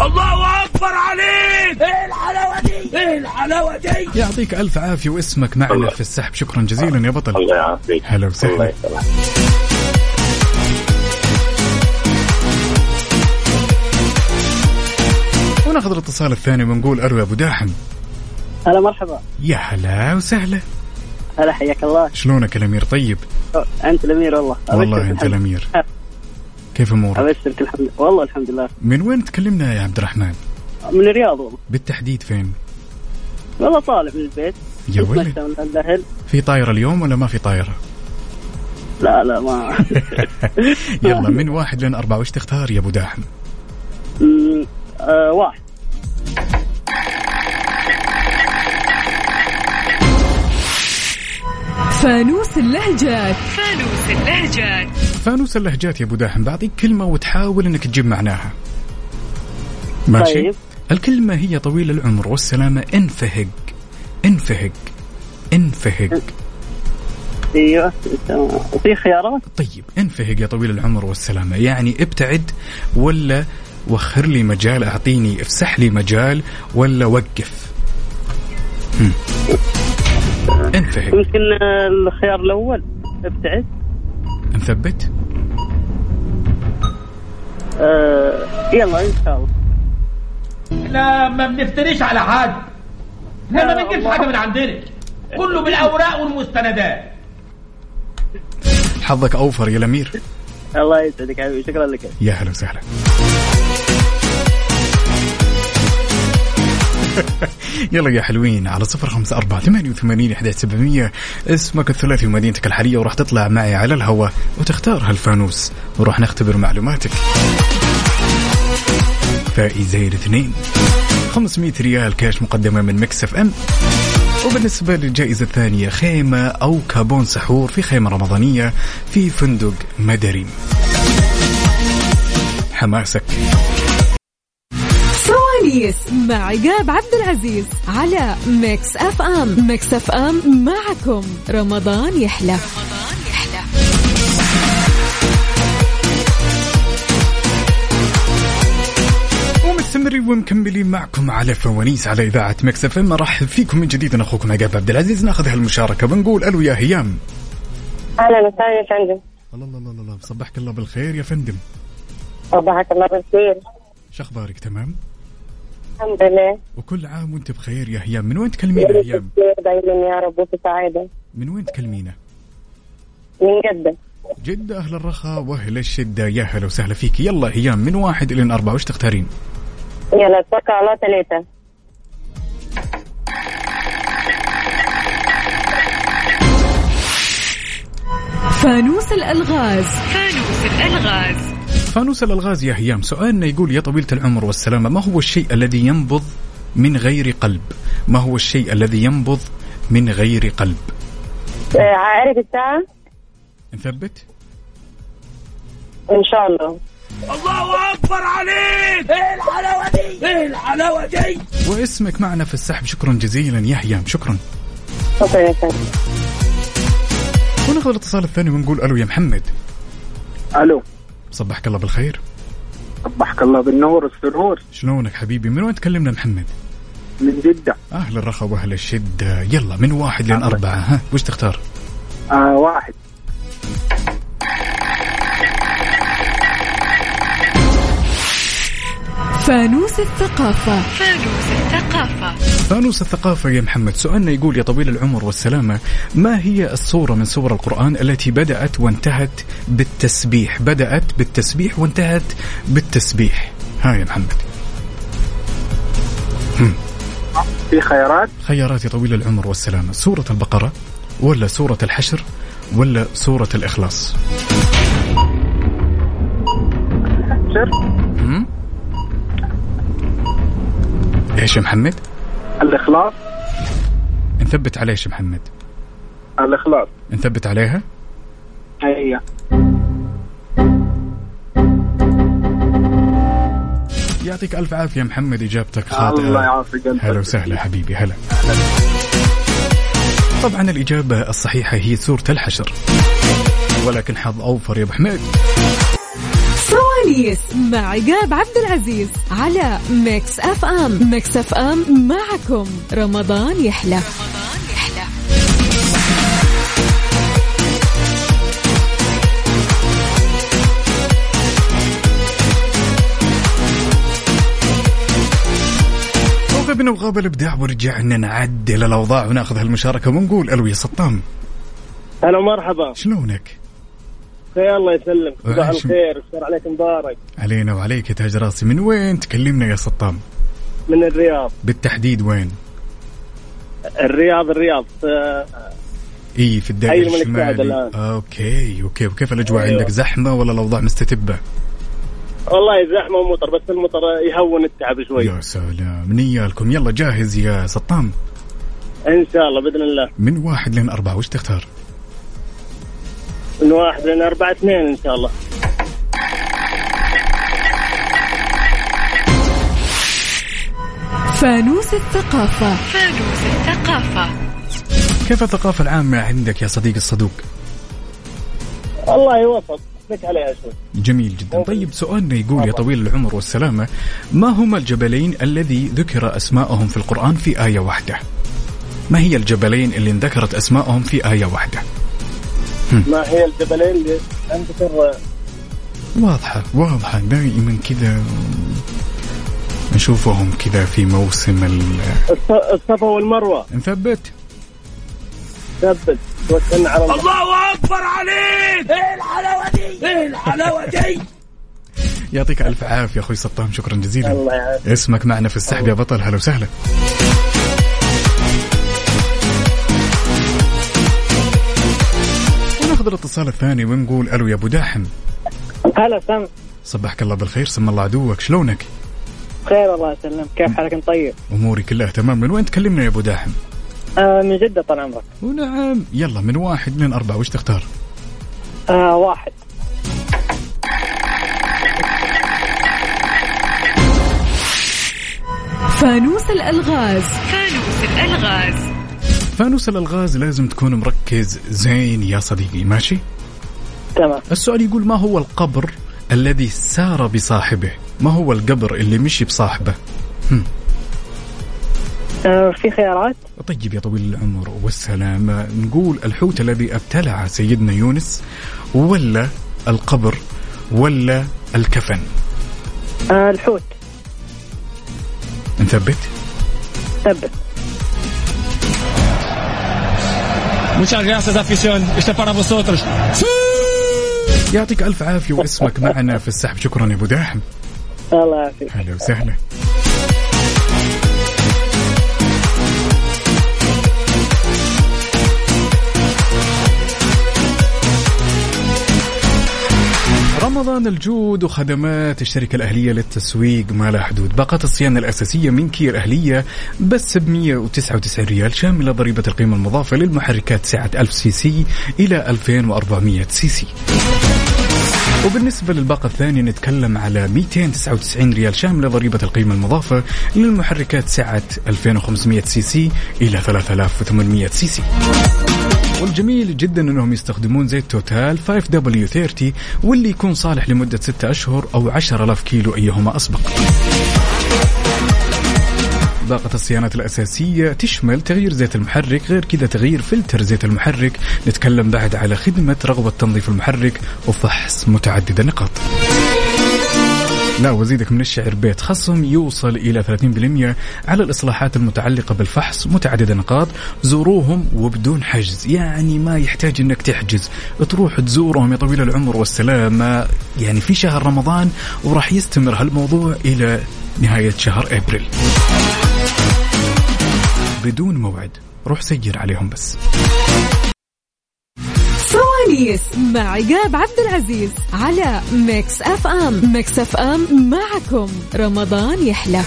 D: الله اكبر عليك ايه الحلاوه دي ايه الحلاوه دي
B: يعطيك الف عافيه واسمك معنا
H: الله.
B: في السحب شكرا جزيلا يا بطل
H: الله يعافيك
B: هلا وسهلا وناخذ الاتصال الثاني ونقول الو يا ابو داحم
N: هلا مرحبا
B: يا هلا وسهلا
N: هلا حياك الله
B: شلونك الامير طيب
N: انت الامير والله
B: والله
N: أبشرك
B: انت
N: الحمد-
B: الامير كيف امورك
N: ابشرك الحمد والله الحمد لله
B: من وين تكلمنا يا عبد الرحمن
N: من الرياض والله
B: بالتحديد فين
N: والله طالع من البيت
B: يا ولد
E: أه.
N: اتمشى من عند الاهل
B: في طايره اليوم ولا ما في طايره
N: لا لا ما
B: يلا من واحد لين اربعه وش تختار يا ابو داحم
N: أمم، آه واحد
A: فانوس اللهجات
K: فانوس اللهجات
B: فانوس اللهجات يا ابو داحم بعطيك كلمه وتحاول انك تجيب معناها ماشي
N: طيب.
B: الكلمه هي طويل العمر والسلامه انفهق انفهق انفهق
N: ايوه تمام. في خيارات
B: طيب انفهق يا طويل العمر والسلامة يعني ابتعد ولا وخر لي مجال أعطيني افسح لي مجال ولا وقف هم.
F: إيه.
B: انفهق
N: يمكن آه، الخيار الاول ابتعد
B: نثبت
N: آه يلا ان شاء الله
D: احنا ما بنفتريش على حد احنا ما بنجيبش حاجه من عندنا كله بالاوراق والمستندات
B: حظك أوفر يا الأمير
N: الله يسعدك حبيبي شكرا لك
B: يا هلا وسهلا يلا يا حلوين على صفر خمسة أربعة ثمانية وثمانين أحد سبعمية اسمك الثلاثي ومدينتك الحالية وراح تطلع معي على الهواء وتختار هالفانوس وراح نختبر معلوماتك فائزين الاثنين 500 ريال كاش مقدمة من مكسف أم وبالنسبة للجائزة الثانية خيمة أو كابون سحور في خيمة رمضانية في فندق مدريم حماسك
A: فرونيس مع عقاب عبد العزيز على ميكس اف ام ميكس اف ام معكم رمضان يحلى
B: ومستمرين ومكملين معكم على فوانيس على اذاعه مكس اف ام ارحب فيكم من جديد انا اخوكم عقاب عبد العزيز ناخذ هالمشاركه بنقول الو يا هيام
O: اهلا وسهلا يا فندم
B: الله الله الله الله صبحك الله بالخير يا فندم
O: صباحك الله بالخير
B: شو اخبارك تمام
O: الحمد لله
B: وكل عام وانت بخير يا هيام من وين تكلمينا يا هيام
O: بخير دايما يا رب وفي سعاده
B: من وين تكلمينا
O: من جده
B: جدة أهل الرخاء وأهل الشدة يا هلا وسهلا فيك يلا هيام من واحد إلى أربعة وش تختارين
O: يلا اتوقع على ثلاثه
A: فانوس الألغاز
K: فانوس الألغاز
B: فانوس الألغاز يا هيام سؤالنا يقول يا طويلة العمر والسلامة ما هو الشيء الذي ينبض من غير قلب ما هو الشيء الذي ينبض من غير قلب
O: آه، عقارب الساعة
B: نثبت
O: إن شاء الله
D: الله اكبر عليك ايه الحلاوه دي ايه الحلاوه دي
B: واسمك معنا في السحب شكرا جزيلا يا هيام شكرا
O: شكرا يا فندم
B: وناخذ الاتصال الثاني ونقول الو يا محمد
M: الو
B: صبحك الله بالخير
M: صبحك الله بالنور والسرور
B: شلونك حبيبي من وين تكلمنا محمد
M: من جدة
B: اهل الرخاء واهل الشده يلا من واحد لين اربعه ها وش تختار
M: آه واحد
A: فانوس الثقافة
K: فانوس الثقافة
B: فانوس الثقافة يا محمد سؤالنا يقول يا طويل العمر والسلامة ما هي الصورة من صور القرآن التي بدأت وانتهت بالتسبيح بدأت بالتسبيح وانتهت بالتسبيح ها يا محمد هم.
M: في خيارات
B: خيارات يا طويل العمر والسلامة سورة البقرة ولا سورة الحشر ولا سورة الإخلاص
M: الحشر
B: هم؟ ايش يا محمد
M: الإخلاص
B: نثبت على ايش يا محمد
M: الإخلاص
B: نثبت عليها
M: هي
B: يعطيك الف عافيه يا محمد اجابتك
M: الله
B: خاطئه
M: يعافيك أنت.
B: هلا وسهلا حبيبي هلا طبعا الاجابه الصحيحه هي سوره الحشر ولكن حظ اوفر يا ابو حميد
A: فرونيس مع عقاب عبد العزيز على ميكس اف ام ميكس اف ام معكم رمضان يحلى
B: وغبنا وغاب الابداع ورجعنا نعدل الاوضاع وناخذ هالمشاركه ونقول الو يا سطام
N: هلا مرحبا
B: شلونك؟
N: خير الله يسلمك صباح
B: وعايش.
N: الخير الشهر عليك مبارك
B: علينا وعليك يا تاج راسي من وين تكلمنا يا سطام
N: من الرياض
B: بالتحديد وين
N: الرياض الرياض آه،
B: اي في الدائرة
N: حي الملك فهد
B: الشمالي
N: أيوة، الآن.
B: اوكي اوكي وكيف الاجواء
N: أيوة.
B: عندك زحمه ولا الاوضاع مستتبه
N: والله زحمه ومطر بس المطر يهون التعب شوي
B: يا سلام نيالكم يلا جاهز يا سطام
N: ان شاء الله باذن الله
B: من واحد لين أربعة وش تختار
N: من واحد لين اربعه اثنين ان شاء الله
A: فانوس الثقافة
K: فانوس الثقافة
B: كيف الثقافة العامة عندك يا صديقي الصدوق
N: والله وسط لك عليها شوي
B: جميل جدا طيب سؤالنا يقول يا طويل العمر والسلامة ما هما الجبلين الذي ذكر أسماءهم في القرآن في آية واحدة ما هي الجبلين اللي انذكرت أسماءهم في آية واحدة
N: ما هي الجبلين اللي انذكر
B: واضحة واضحة دائما كذا نشوفهم كذا في موسم ال...
N: الص- الصفا والمروه
B: نثبت
N: ثبت توكلنا على الله
D: الله اكبر عليك ايه الحلاوه دي ايه الحلاوه دي
B: يعطيك ألف عافية أخوي سطام شكرا جزيلا
N: الله يعافيك
B: اسمك معنا في السحب يا بطل هلا وسهلا وناخذ الاتصال الثاني ونقول الو يا ابو داحم
E: هلا سام
B: صبحك الله بالخير سم الله عدوك شلونك
E: خير الله يسلمك كيف حالك انت طيب؟
B: اموري كلها تمام من وين تكلمنا يا ابو داحم
E: آه من جدة طال عمرك
B: ونعم يلا من واحد لين أربعة وش تختار
E: آه واحد
A: فانوس الألغاز
K: فانوس الألغاز
B: فانوس الالغاز لازم تكون مركز زين يا صديقي ماشي
E: تمام
B: السؤال يقول ما هو القبر الذي سار بصاحبه ما هو القبر اللي مشي بصاحبه
E: آه في خيارات
B: طيب يا طويل العمر والسلامة نقول الحوت الذي ابتلع سيدنا يونس ولا القبر ولا الكفن
E: آه الحوت
B: نثبت
E: ثبت
G: Muchas gracias, afición. Este es para vosotros.
B: يعطيك ألف عافية واسمك معنا في السحب شكرا يا أبو داحم
E: الله يعافيك
B: هلا وسهلا رمضان الجود وخدمات الشركة الأهلية للتسويق ما لها حدود باقات الصيانة الأساسية من كيا الأهلية بس ب 199 ريال شاملة ضريبة القيمة المضافة للمحركات سعة 1000 سي سي إلى 2400 سي سي وبالنسبة للباقة الثانية نتكلم على 299 ريال شاملة ضريبة القيمة المضافة للمحركات سعة 2500 سي سي إلى 3800 سي سي والجميل جدا انهم يستخدمون زيت توتال 5W30 واللي يكون صالح لمدة 6 اشهر او 10000 كيلو ايهما اسبق. باقة الصيانات الأساسية تشمل تغيير زيت المحرك غير كذا تغيير فلتر زيت المحرك نتكلم بعد على خدمة رغبة تنظيف المحرك وفحص متعدد النقاط لا وزيدك من الشعر بيت خصم يوصل إلى 30% على الإصلاحات المتعلقة بالفحص متعدد النقاط زوروهم وبدون حجز يعني ما يحتاج أنك تحجز تروح تزورهم يا طويل العمر والسلامة يعني في شهر رمضان وراح يستمر هالموضوع إلى نهاية شهر أبريل بدون موعد روح سجل عليهم بس
A: فرونيس مع عقاب عبد العزيز على ميكس اف ام ميكس اف ام معكم رمضان يحلى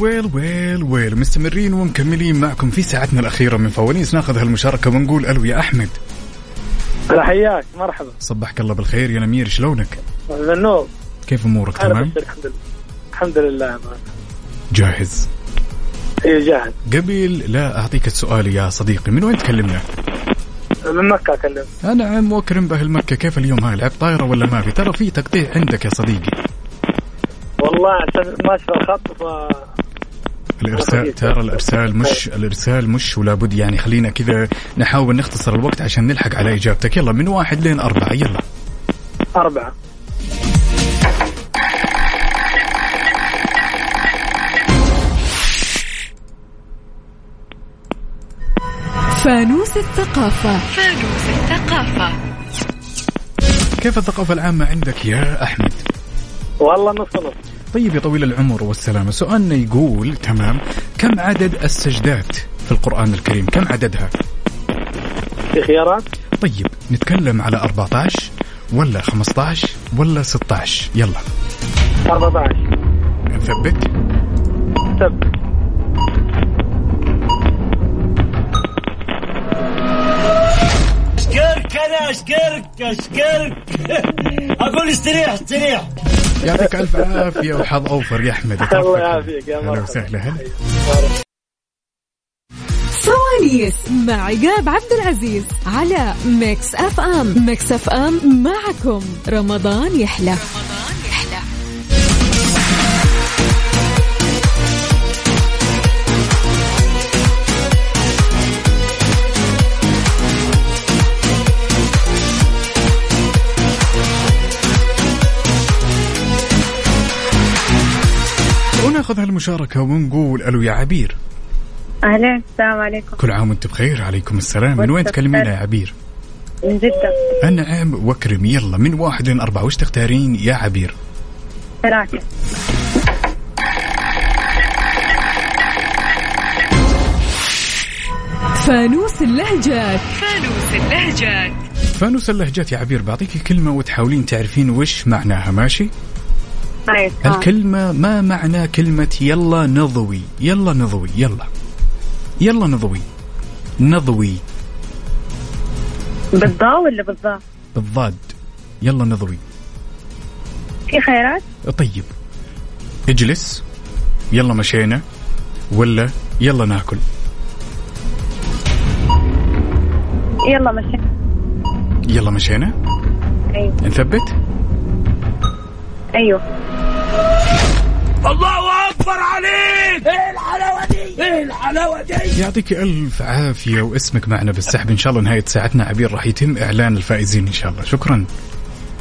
B: ويل ويل ويل مستمرين ومكملين معكم في ساعتنا الأخيرة من فوانيس ناخذ هالمشاركة ونقول ألو يا أحمد
P: هلا حياك مرحبا
B: صبحك الله بالخير يا نمير شلونك؟
P: بالنور
B: كيف امورك تمام؟
P: الحمد لله الحمد لله
B: جاهز؟
P: اي جاهز
B: قبل لا اعطيك السؤال يا صديقي من وين تكلمنا؟
P: من مكة اكلم
B: نعم واكرم باهل مكة كيف اليوم هاي لعبت طايرة ولا ما في؟ ترى في تقطيع عندك يا صديقي
P: والله عشان ماشي في الخط ف
B: الارسال ترى الارسال مش الارسال مش ولا بد يعني خلينا كذا نحاول نختصر الوقت عشان نلحق على اجابتك يلا من واحد لين اربعه يلا
P: أربعة
A: فانوس الثقافة
K: فانوس الثقافة
B: كيف الثقافة العامة عندك يا أحمد؟
P: والله نص نص
B: طيب يا طويل العمر والسلامة سؤالنا يقول تمام كم عدد السجدات في القرآن الكريم كم عددها؟
P: في خيارات
B: طيب نتكلم على 14 ولا 15 ولا 16 يلا
P: 14
B: نثبت
P: ثبت
J: اشكرك انا اشكرك اشكرك اقول استريح استريح
B: يعطيك الف عافيه وحظ اوفر يا احمد
P: الله يعافيك يا
B: اهلا
P: مرحبا
B: وسهلا هلا
A: فرونيس مع عقاب عبد العزيز على ميكس اف ام ميكس اف ام معكم رمضان يحلى
B: وناخذ هالمشاركه ونقول الو يا عبير
Q: أهلا السلام عليكم
B: كل عام وانت بخير عليكم السلام من وين
Q: وأنت
B: تكلمينا يا
Q: بخير.
B: عبير؟
Q: من جدة
B: نعم واكرم يلا من واحد لين اربعه وش تختارين يا عبير؟
Q: ثلاثة
A: فانوس اللهجات
K: فانوس اللهجات
B: فانوس اللهجات يا عبير بعطيكي كلمه وتحاولين تعرفين وش معناها ماشي؟
Q: طيب آه.
B: الكلمة ما معنى كلمة يلا نضوي يلا نضوي يلا يلا نضوي نضوي
Q: بالضاء ولا بالضاء؟
B: بالضاد يلا نضوي
Q: في خيارات
B: طيب اجلس يلا مشينا ولا يلا ناكل
Q: يلا مشي
B: يلا مشينا
Q: أيوه
B: نثبت
Q: أيوه
D: الله اكبر عليك ايه الحلاوه دي ايه الحلاوه دي
B: يعطيك الف عافيه واسمك معنا بالسحب ان شاء الله نهايه ساعتنا عبير راح يتم اعلان الفائزين ان شاء الله شكرا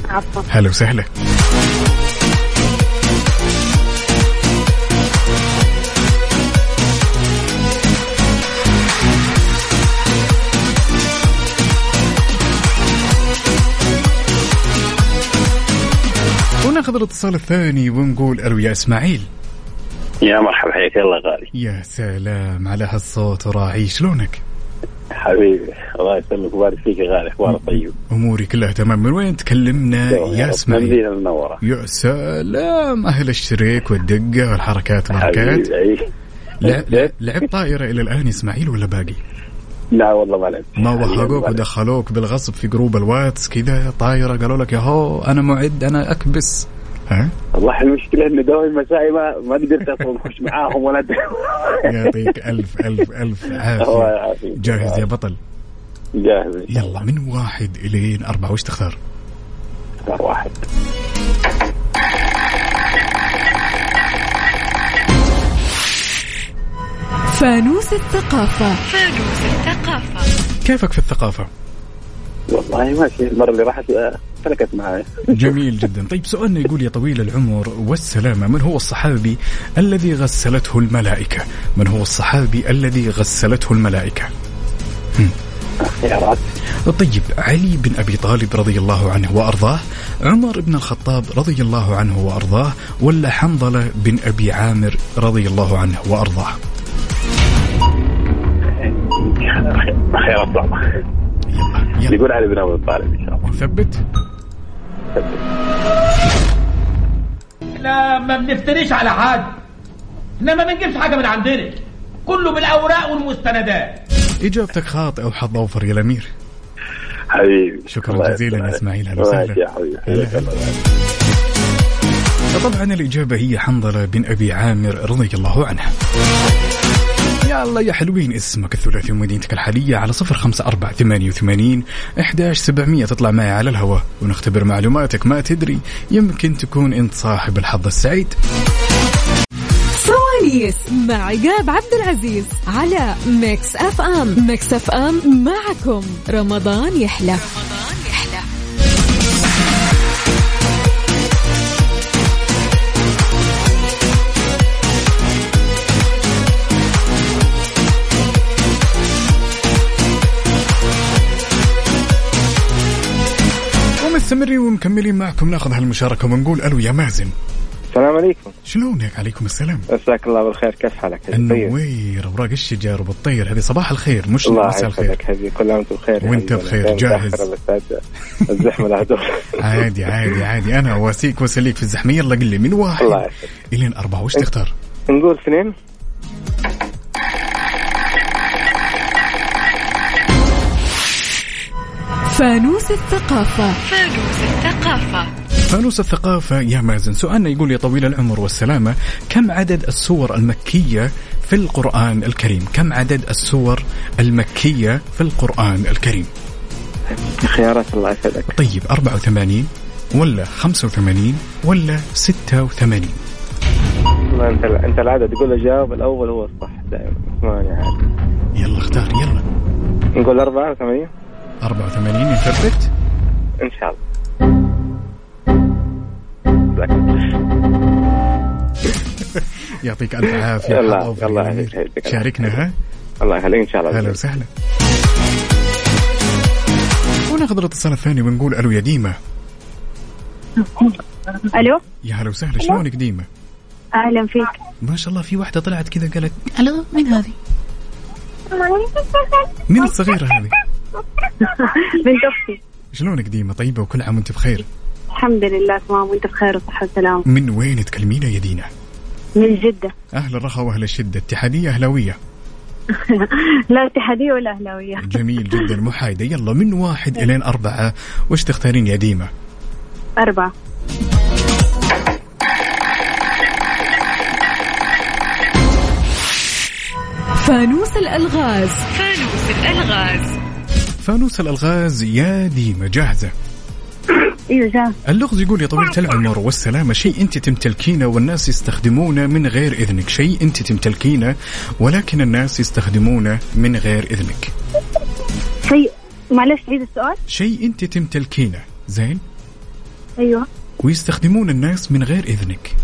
Q: عفوا
B: هلا وسهلا وناخذ الاتصال الثاني ونقول الو يا اسماعيل
R: يا مرحبا حياك الله غالي
B: يا سلام على هالصوت وراعي شلونك؟
R: حبيبي الله يسلمك ويبارك فيك يا غالي اخبارك طيب
B: اموري كلها تمام من وين تكلمنا يا اسماعيل؟
R: المدينه المنوره
B: يا سلام اهل الشريك والدقه والحركات والحركات
R: حبيبي إيه. أي.
B: لا- لا- لعب طائره الى الان يا اسماعيل ولا باقي؟
R: لا والله ما لعبت
B: ما
R: حبيبي،
B: وهقوك
R: ما لعبت.
B: ودخلوك بالغصب في جروب الواتس كذا طايره قالوا لك يا هو انا معد انا اكبس ها
R: والله المشكله انه دوام المسائي ما ما قدرت اصلا اخش معاهم ولا
B: يعطيك الف الف الف
R: الله
B: عافيه
R: يعافيك
B: جاهز يا بطل
R: جاهز إن شاء الله.
B: يلا من واحد الين اربعه وش تختار؟
R: اختار واحد
A: فانوس الثقافة
K: فانوس الثقافة
B: كيفك في الثقافه؟
R: والله ماشي المره اللي راحت آه، سلكت معي
B: جميل جدا طيب سؤالنا يقول يا طويل العمر والسلامة من هو الصحابي الذي غسلته الملائكة من هو الصحابي الذي غسلته الملائكة
R: اختيارات
B: طيب علي بن أبي طالب رضي الله عنه وأرضاه عمر بن الخطاب رضي الله عنه وأرضاه ولا حنظلة بن أبي عامر رضي الله عنه وأرضاه
R: خيارات صعبه
B: يلا.
R: يقول علي بن ابي طالب ان شاء الله
B: ثبت
D: احنا ما بنفتريش على حد احنا ما بنجيبش حاجه من عندنا كله بالاوراق والمستندات
B: إجابتك خاطئة وحظ أوفر يا الأمير
R: حبيبي
B: شكرا
R: الله
B: جزيلا
R: يسلمك.
B: يا إسماعيل، أهلا
R: ماشي
B: وسهلا.
R: يا حبيبي
B: هلا هلا. طبعا الإجابة هي حنظلة بن أبي عامر رضي الله عنه يا الله يا حلوين اسمك الثلاثي ومدينتك الحالية على صفر خمسة أربعة ثمانية وثمانين إحداش سبعمية تطلع معي على الهواء ونختبر معلوماتك ما تدري يمكن تكون أنت صاحب الحظ السعيد
A: فوانيس مع عقاب عبد العزيز على ميكس اف ام ميكس اف ام معكم رمضان يحلى
B: ومستمرين ومكملين معكم ناخذ هالمشاركة ونقول ألو يا مازن
S: السلام عليكم
B: شلونك عليكم السلام
S: مساك الله بالخير كيف حالك طيب.
B: النوير اوراق الشجر وبالطير هذه صباح الخير مش
S: الله
B: مساء الخير
S: يحفظك حبيبي كل عام وانتم بخير يا
B: وانت
S: حبيبي.
B: بخير،
S: دايماً
B: جاهز.
S: متأخر، بس عاد الزحمه لها دور
B: عادي عادي عادي انا اواسيك واسليك في الزحمه يلا قل لي من
S: الله
B: واحد
S: يعافيك.
B: الين اربعه وش تختار؟
S: نقول اثنين
A: فانوس الثقافة
K: فانوس الثقافة
B: فانوس الثقافه يا مازن سؤالنا يقول يا طويل العمر والسلامه كم عدد السور المكيه في القران الكريم؟ كم عدد السور المكيه في القران الكريم؟
S: خيارات الله يسعدك
B: طيب 84 ولا 85 ولا 86
S: والله انت انت العاده تقول الجواب الاول هو الصح دائما ماني عارف
B: يلا اختار يلا
S: نقول أربعة وثمانية
B: 84 يثبت
S: إن شاء الله
B: يعطيك الف عافيه
S: الله-
B: حظ أوفر يا
S: الله
B: أمير.
S: يعافيك، يعافيك.
B: شاركنا ها
S: الله يخليك إن شاء الله
B: هلا وسهلا وناخذ الاتصال الثاني ونقول الو يا ديمه
L: الو
B: يا هلا وسهلا شلونك ديمه؟
L: اهلا فيك
B: ما شاء الله في واحده طلعت كذا قالت الو مين هذه؟ مين الصغيره هذه؟
L: بنت اختي
B: شلونك ديمه طيبه وكل عام وانت بخير؟
L: الحمد لله تمام وانت بخير وصحه وسلامه
B: من وين تكلمينا يا دينا؟
L: من جده
B: اهل الرخاء واهل الشده اتحاديه اهلاويه
L: لا اتحاديه ولا اهلاويه
B: جميل جدا محايده يلا من واحد الين اربعه وش تختارين يا ديمه؟
L: اربعه
A: فانوس الالغاز
K: فانوس الألغاز
B: فانوس الالغاز يا ديمه جاهزه
L: ايوه جاهز
B: اللغز يقول يا طويلة العمر والسلامة شيء أنت تمتلكينه والناس يستخدمونه من غير إذنك شيء أنت تمتلكينه ولكن الناس يستخدمونه من غير إذنك
L: شيء معلش عيد السؤال
B: شيء أنت تمتلكينه زين
L: ايوه
B: ويستخدمون الناس من غير إذنك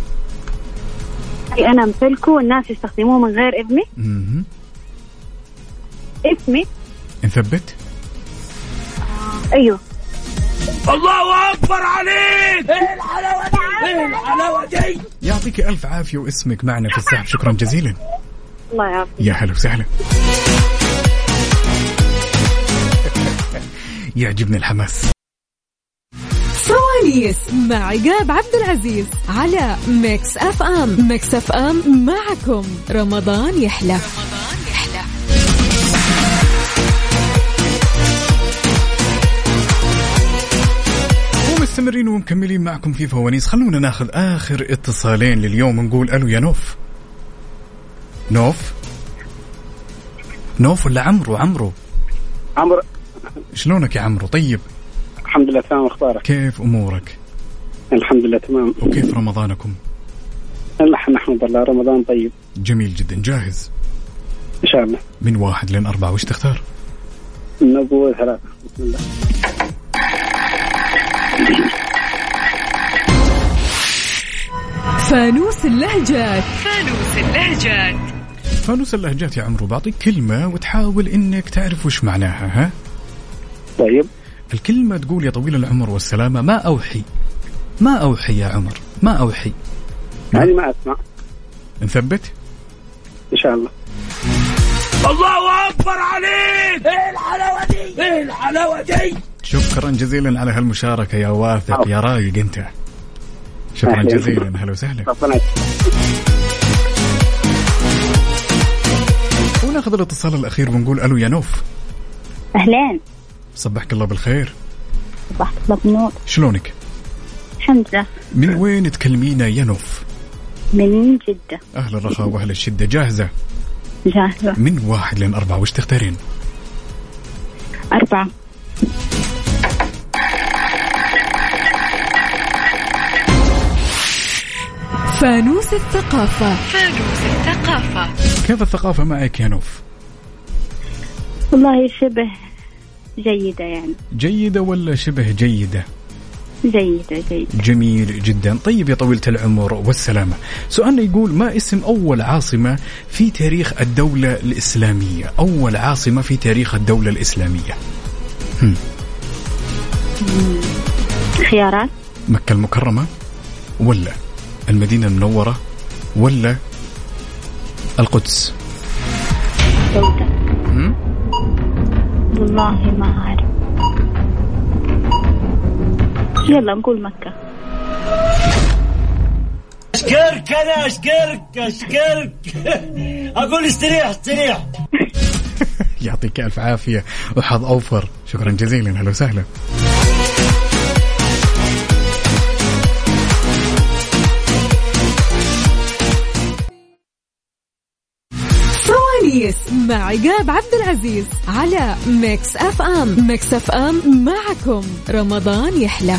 L: شيء انا امتلكه والناس يستخدموه من غير اذني
B: مهم.
L: اسمي
B: نثبت
L: ايوه
J: الله اكبر عليك ايه الحلاوه دي ايه الحلاوه دي
B: يعطيك ألف عافية واسمك معنا في السحب شكرا جزيلا
O: الله يعافيك
B: يا هلا وسهلا يعجبني الحماس
A: فرونيس مع عقاب عبد العزيز على ميكس اف ام ميكس اف ام معكم رمضان يحلى
B: ومستمرين ومكملين معكم في فوانيس خلونا ناخذ اخر اتصالين لليوم ونقول الو يا نوف نوف نوف ولا عمرو عمرو
F: عمرو
B: شلونك يا عمرو طيب
F: الحمد لله تمام اخبارك
B: كيف امورك
F: الحمد لله تمام
B: وكيف رمضانكم
F: نحن نحمد الله رمضان طيب
B: جميل جدا جاهز
F: ان شاء الله
B: من واحد لين أربعة وش تختار
F: نقول ثلاثة بسم الله
A: فانوس اللهجات
K: فانوس اللهجات
B: فانوس اللهجات يا عمرو بعطيك كلمة وتحاول انك تعرف وش معناها ها
F: طيب
B: الكلمة تقول يا طويل العمر والسلامة ما أوحي ما أوحي يا عمر ما أوحي
F: يعني ما اسمع
B: نثبت
F: ان شاء الله
J: الله اكبر عليك ايه الحلاوه دي ايه الحلاوه دي
B: شكرا جزيلا على هالمشاركة يا واثق يا رايق انت شكرا
F: أهلاً.
B: جزيلا هلا وسهلا
F: ربنا يسلمك.
B: وناخذ الاتصال الأخير ونقول ألو يا نوف
L: أهلين
B: صبحك الله بالخير
L: صباحك الله بالنور
B: شلونك
L: الحمد لله
B: من وين تكلمينا يا نوف
L: من جدة
B: أهل الرخاء وأهل الشدة جاهزة
L: جاهزة
B: من واحد لين أربعة وش تختارين
L: أربعة
A: فانوس الثقافة
K: فانوس الثقافة
B: كيف الثقافة معك يا نوف
L: والله شبه جيدة يعني
B: جيدة ولا شبه جيدة
L: جيدة جيدة
B: جميل جدا طيب يا طويلة العمر والسلامة سؤالنا يقول ما اسم أول عاصمة في تاريخ الدولة الإسلامية أول عاصمة في تاريخ الدولة الإسلامية هم.
L: مم. خيارات
B: مكة المكرمة ولا المدينة المنورة ولا القدس
L: جودة
B: هم؟
L: والله ما أعرف يلا نقول مكة
J: اشكرك انا اشكرك اشكرك اقول استريح استريح
B: يعطيك ألف عافية وحظ أوفر شكرا جزيلا هلا وسهلا
A: فرونيس مع عقاب عبد العزيز على ميكس اف ام ميكس اف ام معكم رمضان يحلى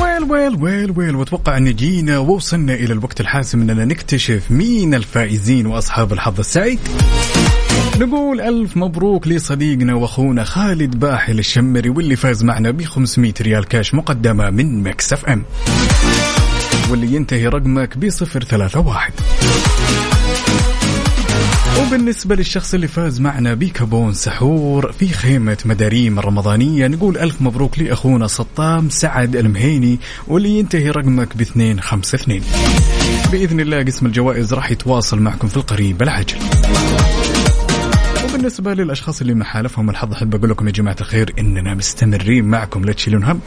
B: ويل ويل ويل ويل واتوقع ان جينا ووصلنا الى الوقت الحاسم اننا نكتشف مين الفائزين واصحاب الحظ السعيد نقول ألف مبروك لصديقنا وأخونا خالد باحل الشمري واللي فاز معنا ب 500 ريال كاش مقدمة من مكس اف ام واللي ينتهي رقمك ب 031 وبالنسبة للشخص اللي فاز معنا بكابون سحور في خيمة مداريم الرمضانية نقول ألف مبروك لأخونا سطام سعد المهيني واللي ينتهي رقمك ب 252 بإذن الله قسم الجوائز راح يتواصل معكم في القريب العاجل وبالنسبة للأشخاص اللي ما حالفهم الحظ أحب أقول لكم يا جماعة الخير إننا مستمرين معكم لا تشيلون هم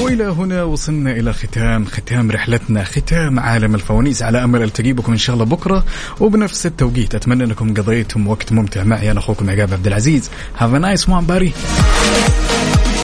B: وإلى هنا وصلنا إلى ختام ختام رحلتنا ختام عالم الفوانيس على أمل ألتقي بكم إن شاء الله بكرة وبنفس التوقيت أتمنى أنكم قضيتم وقت ممتع معي أنا أخوكم عقاب عبد العزيز Have a nice one buddy